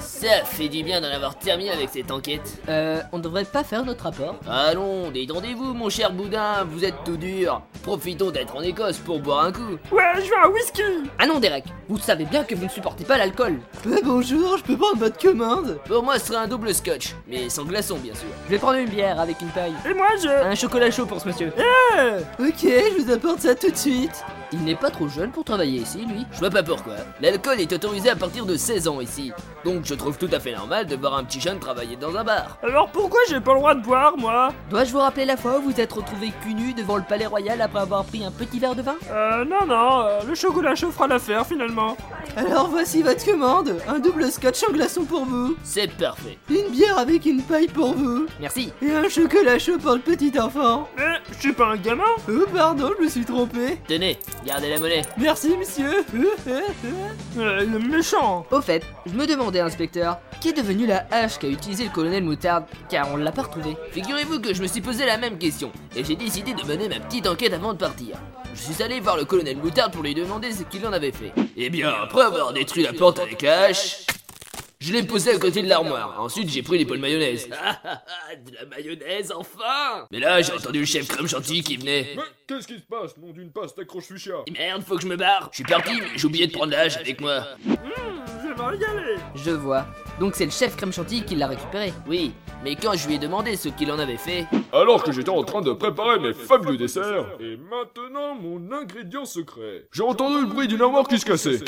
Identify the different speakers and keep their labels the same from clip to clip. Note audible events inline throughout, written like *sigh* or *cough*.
Speaker 1: Ça fait du bien d'en avoir terminé avec cette enquête.
Speaker 2: Euh, on devrait pas faire notre rapport.
Speaker 1: Allons, détendez-vous, mon cher Boudin, vous êtes tout dur. Profitons d'être en Écosse pour boire un coup.
Speaker 3: Ouais, je veux un whisky
Speaker 2: Ah non, Derek, vous savez bien que vous ne supportez pas l'alcool.
Speaker 4: Euh, bonjour, je peux prendre votre commande
Speaker 1: Pour moi, ce sera un double scotch, mais sans glaçon, bien sûr.
Speaker 2: Je vais prendre une bière avec une paille.
Speaker 3: Et moi, je...
Speaker 2: Un chocolat chaud pour ce monsieur.
Speaker 4: Ok, je vous apporte ça tout de suite.
Speaker 2: Il n'est pas trop jeune pour travailler ici, lui.
Speaker 1: Je vois pas pourquoi. L'alcool est autorisé à partir de 16 ans ici. Donc je trouve tout à fait normal de voir un petit jeune travailler dans un bar.
Speaker 3: Alors pourquoi j'ai pas le droit de boire, moi
Speaker 2: Dois-je vous rappeler la fois où vous êtes retrouvé cul nu devant le palais royal après avoir pris un petit verre de vin
Speaker 3: Euh, non, non, euh, le chocolat chaud fera l'affaire, finalement.
Speaker 4: Alors voici votre commande. Un double scotch en glaçon pour vous.
Speaker 1: C'est parfait.
Speaker 4: Une bière avec une paille pour vous.
Speaker 2: Merci.
Speaker 4: Et un chocolat chaud pour le petit enfant.
Speaker 3: Mais je suis pas un gamin
Speaker 4: Oh pardon, je me suis trompé.
Speaker 1: Tenez, gardez la monnaie.
Speaker 4: Merci monsieur. *laughs* Euh, euh, euh.
Speaker 3: Euh, Il est méchant
Speaker 2: Au fait, je me demandais, inspecteur, qui est devenue la hache qu'a utilisée le colonel Moutarde Car on l'a pas retrouvée.
Speaker 1: Figurez-vous que je me suis posé la même question, et j'ai décidé de mener ma petite enquête avant de partir. Je suis allé voir le colonel Moutarde pour lui demander ce qu'il en avait fait. Eh bien, après avoir détruit la porte avec la hache, je l'ai posée à côté de l'armoire. Ensuite, j'ai pris les pots de mayonnaise. *laughs* Ah, ah, ah, de la mayonnaise, enfin Mais là, j'ai entendu le chef Crumb Chantilly qui venait.
Speaker 5: Mais qu'est-ce qui se passe, nom d'une passe d'accroche fuchsia
Speaker 1: Eh Merde, faut que je me barre. Je suis parti, mais j'ai oublié de prendre la hache avec moi.
Speaker 3: Je vais me régaler
Speaker 2: Je vois. Donc c'est le chef crème chantilly qui l'a récupérée.
Speaker 1: Oui, mais quand je lui ai demandé ce qu'il en avait fait,
Speaker 5: Alors que j'étais en train de préparer mes fabuleux desserts. Et maintenant, mon ingrédient secret. J'ai entendu le bruit d'une armoire qui se cassait.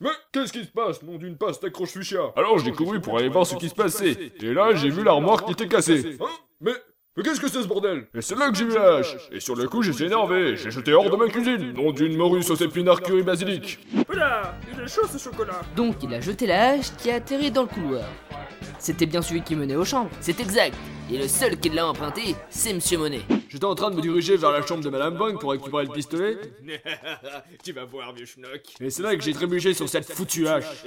Speaker 5: Mais qu'est-ce qui se passe, nom d'une passe d'accroche fuchsia Alors j'ai couru pour aller voir ce qui se passait. Et là, j'ai vu l'armoire qui était cassée. Hein Mais... Mais qu'est-ce que c'est ce bordel Et c'est là que j'ai vu la hache Et sur le coup, j'étais énervé, j'ai jeté hors de ma cuisine Nom d'une morue sauce épinard curry basilic
Speaker 3: Oula Il est chaud, ce chocolat
Speaker 2: Donc il a jeté la hache qui a atterri dans le couloir. C'était bien celui qui menait aux chambres.
Speaker 1: c'est exact. Et le seul qui l'a emprunté, c'est Monsieur Monet.
Speaker 5: J'étais en train de me diriger vers la chambre de Madame Bang pour récupérer le pistolet,
Speaker 6: *laughs* tu vas voir, vieux schnock.
Speaker 5: et c'est là que j'ai trébuché sur cette foutue hache.
Speaker 6: *laughs*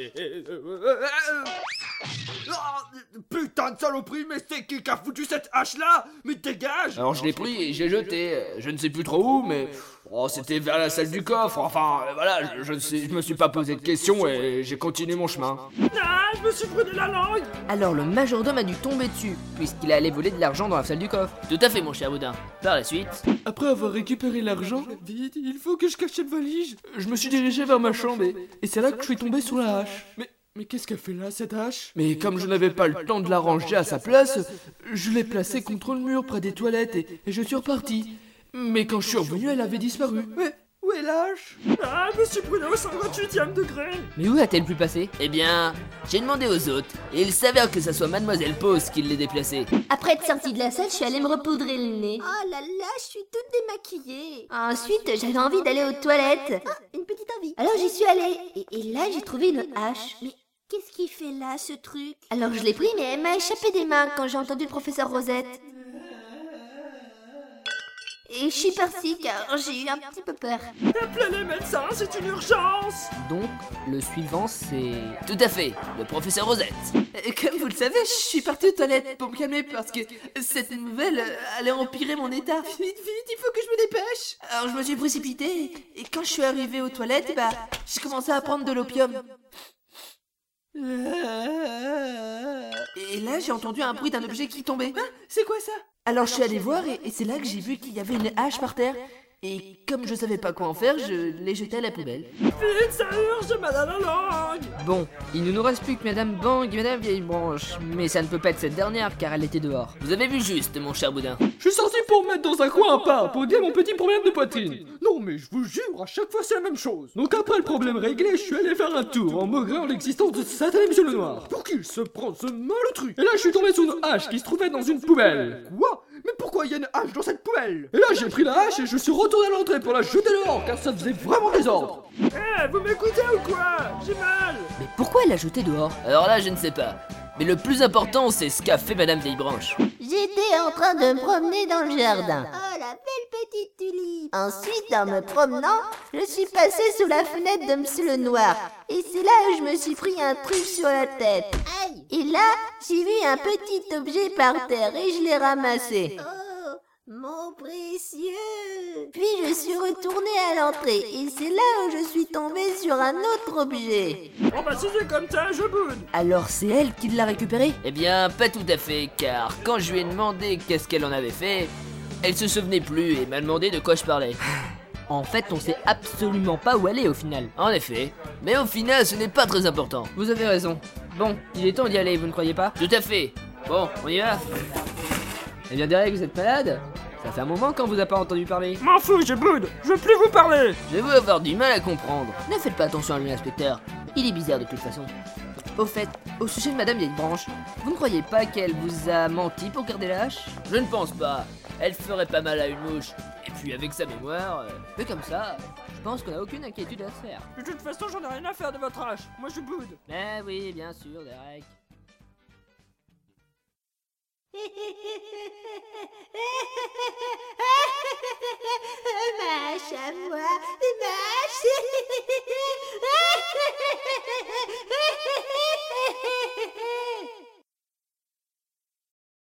Speaker 6: Putain de saloperie, mais c'est qui qui a foutu cette hache là Mais dégage
Speaker 1: Alors je l'ai pris et j'ai jeté, euh, je ne sais plus trop où, mais oh, c'était vers la salle du coffre. Enfin, euh, voilà, je, je ne sais- je me suis pas posé de questions et j'ai continué mon chemin.
Speaker 3: Ah, je me suis brûlé la langue
Speaker 2: Alors le majordome a dû tomber dessus, puisqu'il allait voler de l'argent dans la salle du coffre.
Speaker 1: Tout à fait, mon cher Boudin. Par la suite,
Speaker 4: Après avoir récupéré l'argent, vite, il faut que je cache cette valise. Je me suis dirigé vers ma chambre et, et c'est là que je suis tombé sur la hache. Mais, mais qu'est-ce qu'elle fait là cette hache Mais comme je n'avais pas le temps de la ranger à sa place, je l'ai placée contre le mur près des toilettes et, et je suis reparti. Mais quand je suis revenu, elle avait disparu. Mais où est la hache
Speaker 3: Ah, je me suis brûlé au 128ème degré
Speaker 2: Mais où a-t-elle pu passer
Speaker 1: eh bien, j'ai demandé aux autres, et il s'avère que ça soit Mademoiselle Pose qui l'ait déplacée.
Speaker 7: Après être sortie de la salle, je suis allée me repoudrer le nez.
Speaker 8: Oh là là, je suis toute démaquillée.
Speaker 7: Ensuite, j'avais envie d'aller aux toilettes.
Speaker 8: Ah, une petite envie.
Speaker 7: Alors j'y suis allée. Et, et là, j'ai trouvé une hache.
Speaker 8: Mais qu'est-ce qu'il fait là, ce truc
Speaker 7: Alors je l'ai pris, mais elle m'a échappé des mains quand j'ai entendu le professeur Rosette. Et je suis partie car j'ai eu un petit peu peur.
Speaker 3: Appelez les médecins, c'est une urgence
Speaker 2: Donc le suivant c'est...
Speaker 1: Tout à fait, le professeur Rosette.
Speaker 4: Euh, Comme vous le savez, je suis partie aux toilettes pour me calmer parce que cette nouvelle euh, allait empirer mon état. Vite, vite, il faut que je me dépêche. Alors je me suis précipitée et quand je suis arrivée aux toilettes, bah, j'ai commencé à prendre de l'opium. Et là, j'ai entendu un bruit d'un objet qui tombait. Hein, c'est quoi ça Alors je suis allée voir et, et c'est là que j'ai vu qu'il y avait une hache par terre. Et comme je savais pas quoi en faire, je l'ai jetée à la poubelle.
Speaker 3: Vite, ça urge, j'ai mal à la langue
Speaker 2: Bon, il ne nous reste plus que Madame Bang et Madame Vieille Branche, mais ça ne peut pas être cette dernière car elle était dehors.
Speaker 1: Vous avez vu juste, mon cher Boudin.
Speaker 4: Je suis sortie pour mettre dans un coin un pas, pour dire mon petit problème de poitrine.
Speaker 6: Non, mais je vous jure, à chaque fois c'est la même chose.
Speaker 4: Donc après le problème réglé, je suis allé faire un tour en maugrant l'existence de ce satané monsieur le noir.
Speaker 6: Pour qu'il se prend ce malotru
Speaker 4: Et là, je suis tombé sur une hache qui se trouvait dans une poubelle.
Speaker 6: Quoi Mais pourquoi il y a une hache dans cette poubelle
Speaker 4: Et là, j'ai pris la hache et je suis retourné à l'entrée pour la jeter dehors, car ça faisait vraiment désordre.
Speaker 3: Eh, vous m'écoutez ou quoi J'ai mal
Speaker 2: Mais pourquoi elle l'a jetée dehors
Speaker 1: Alors là, je ne sais pas. Mais le plus important, c'est ce qu'a fait Madame Vieillebranche.
Speaker 7: J'étais en train de me promener dans le jardin.
Speaker 8: Oh la belle petite tulipe.
Speaker 7: Ensuite, en me promenant, je suis passée sous la fenêtre de Monsieur le Noir. Et c'est là où je me suis pris un truc sur la tête.
Speaker 8: Aïe.
Speaker 7: Et là, j'ai vu un petit objet par terre et je l'ai ramassé.
Speaker 8: Oh, Mon précieux
Speaker 7: Puis je suis retournée à l'entrée et c'est là où je suis tombée sur un autre objet.
Speaker 3: Oh bah si c'est comme ça, je boude
Speaker 2: Alors c'est elle qui l'a récupéré
Speaker 1: Eh bien, pas tout à fait, car quand je lui ai demandé qu'est-ce qu'elle en avait fait, elle se souvenait plus et m'a demandé de quoi je parlais.
Speaker 2: *sighs* En fait, on sait absolument pas où elle est au final.
Speaker 1: En effet. Mais au final, ce n'est pas très important.
Speaker 2: Vous avez raison. Bon, il est temps d'y aller, vous ne croyez pas
Speaker 1: Tout à fait. Bon, on y va
Speaker 2: Eh bien, Derek, vous êtes malade Ça fait un moment qu'on vous a pas entendu parler.
Speaker 3: M'en fous, je boude Je veux plus vous parler
Speaker 1: Je vais avoir du mal à comprendre.
Speaker 2: Ne faites pas attention à lui, inspecteur. Il est bizarre de toute façon. Au fait, au sujet de Madame Vieille-Branche, vous ne croyez pas qu'elle vous a menti pour garder la hache
Speaker 1: Je ne pense pas. Elle ferait pas mal à une mouche. Et puis avec sa mémoire... euh,
Speaker 2: Mais comme ça, je pense qu'on a aucune inquiétude à se faire.
Speaker 3: De toute façon, j'en ai rien à faire de votre hache Moi, je boude
Speaker 1: Ah oui, bien sûr, Derek.
Speaker 8: Ma hache à moi, ma hache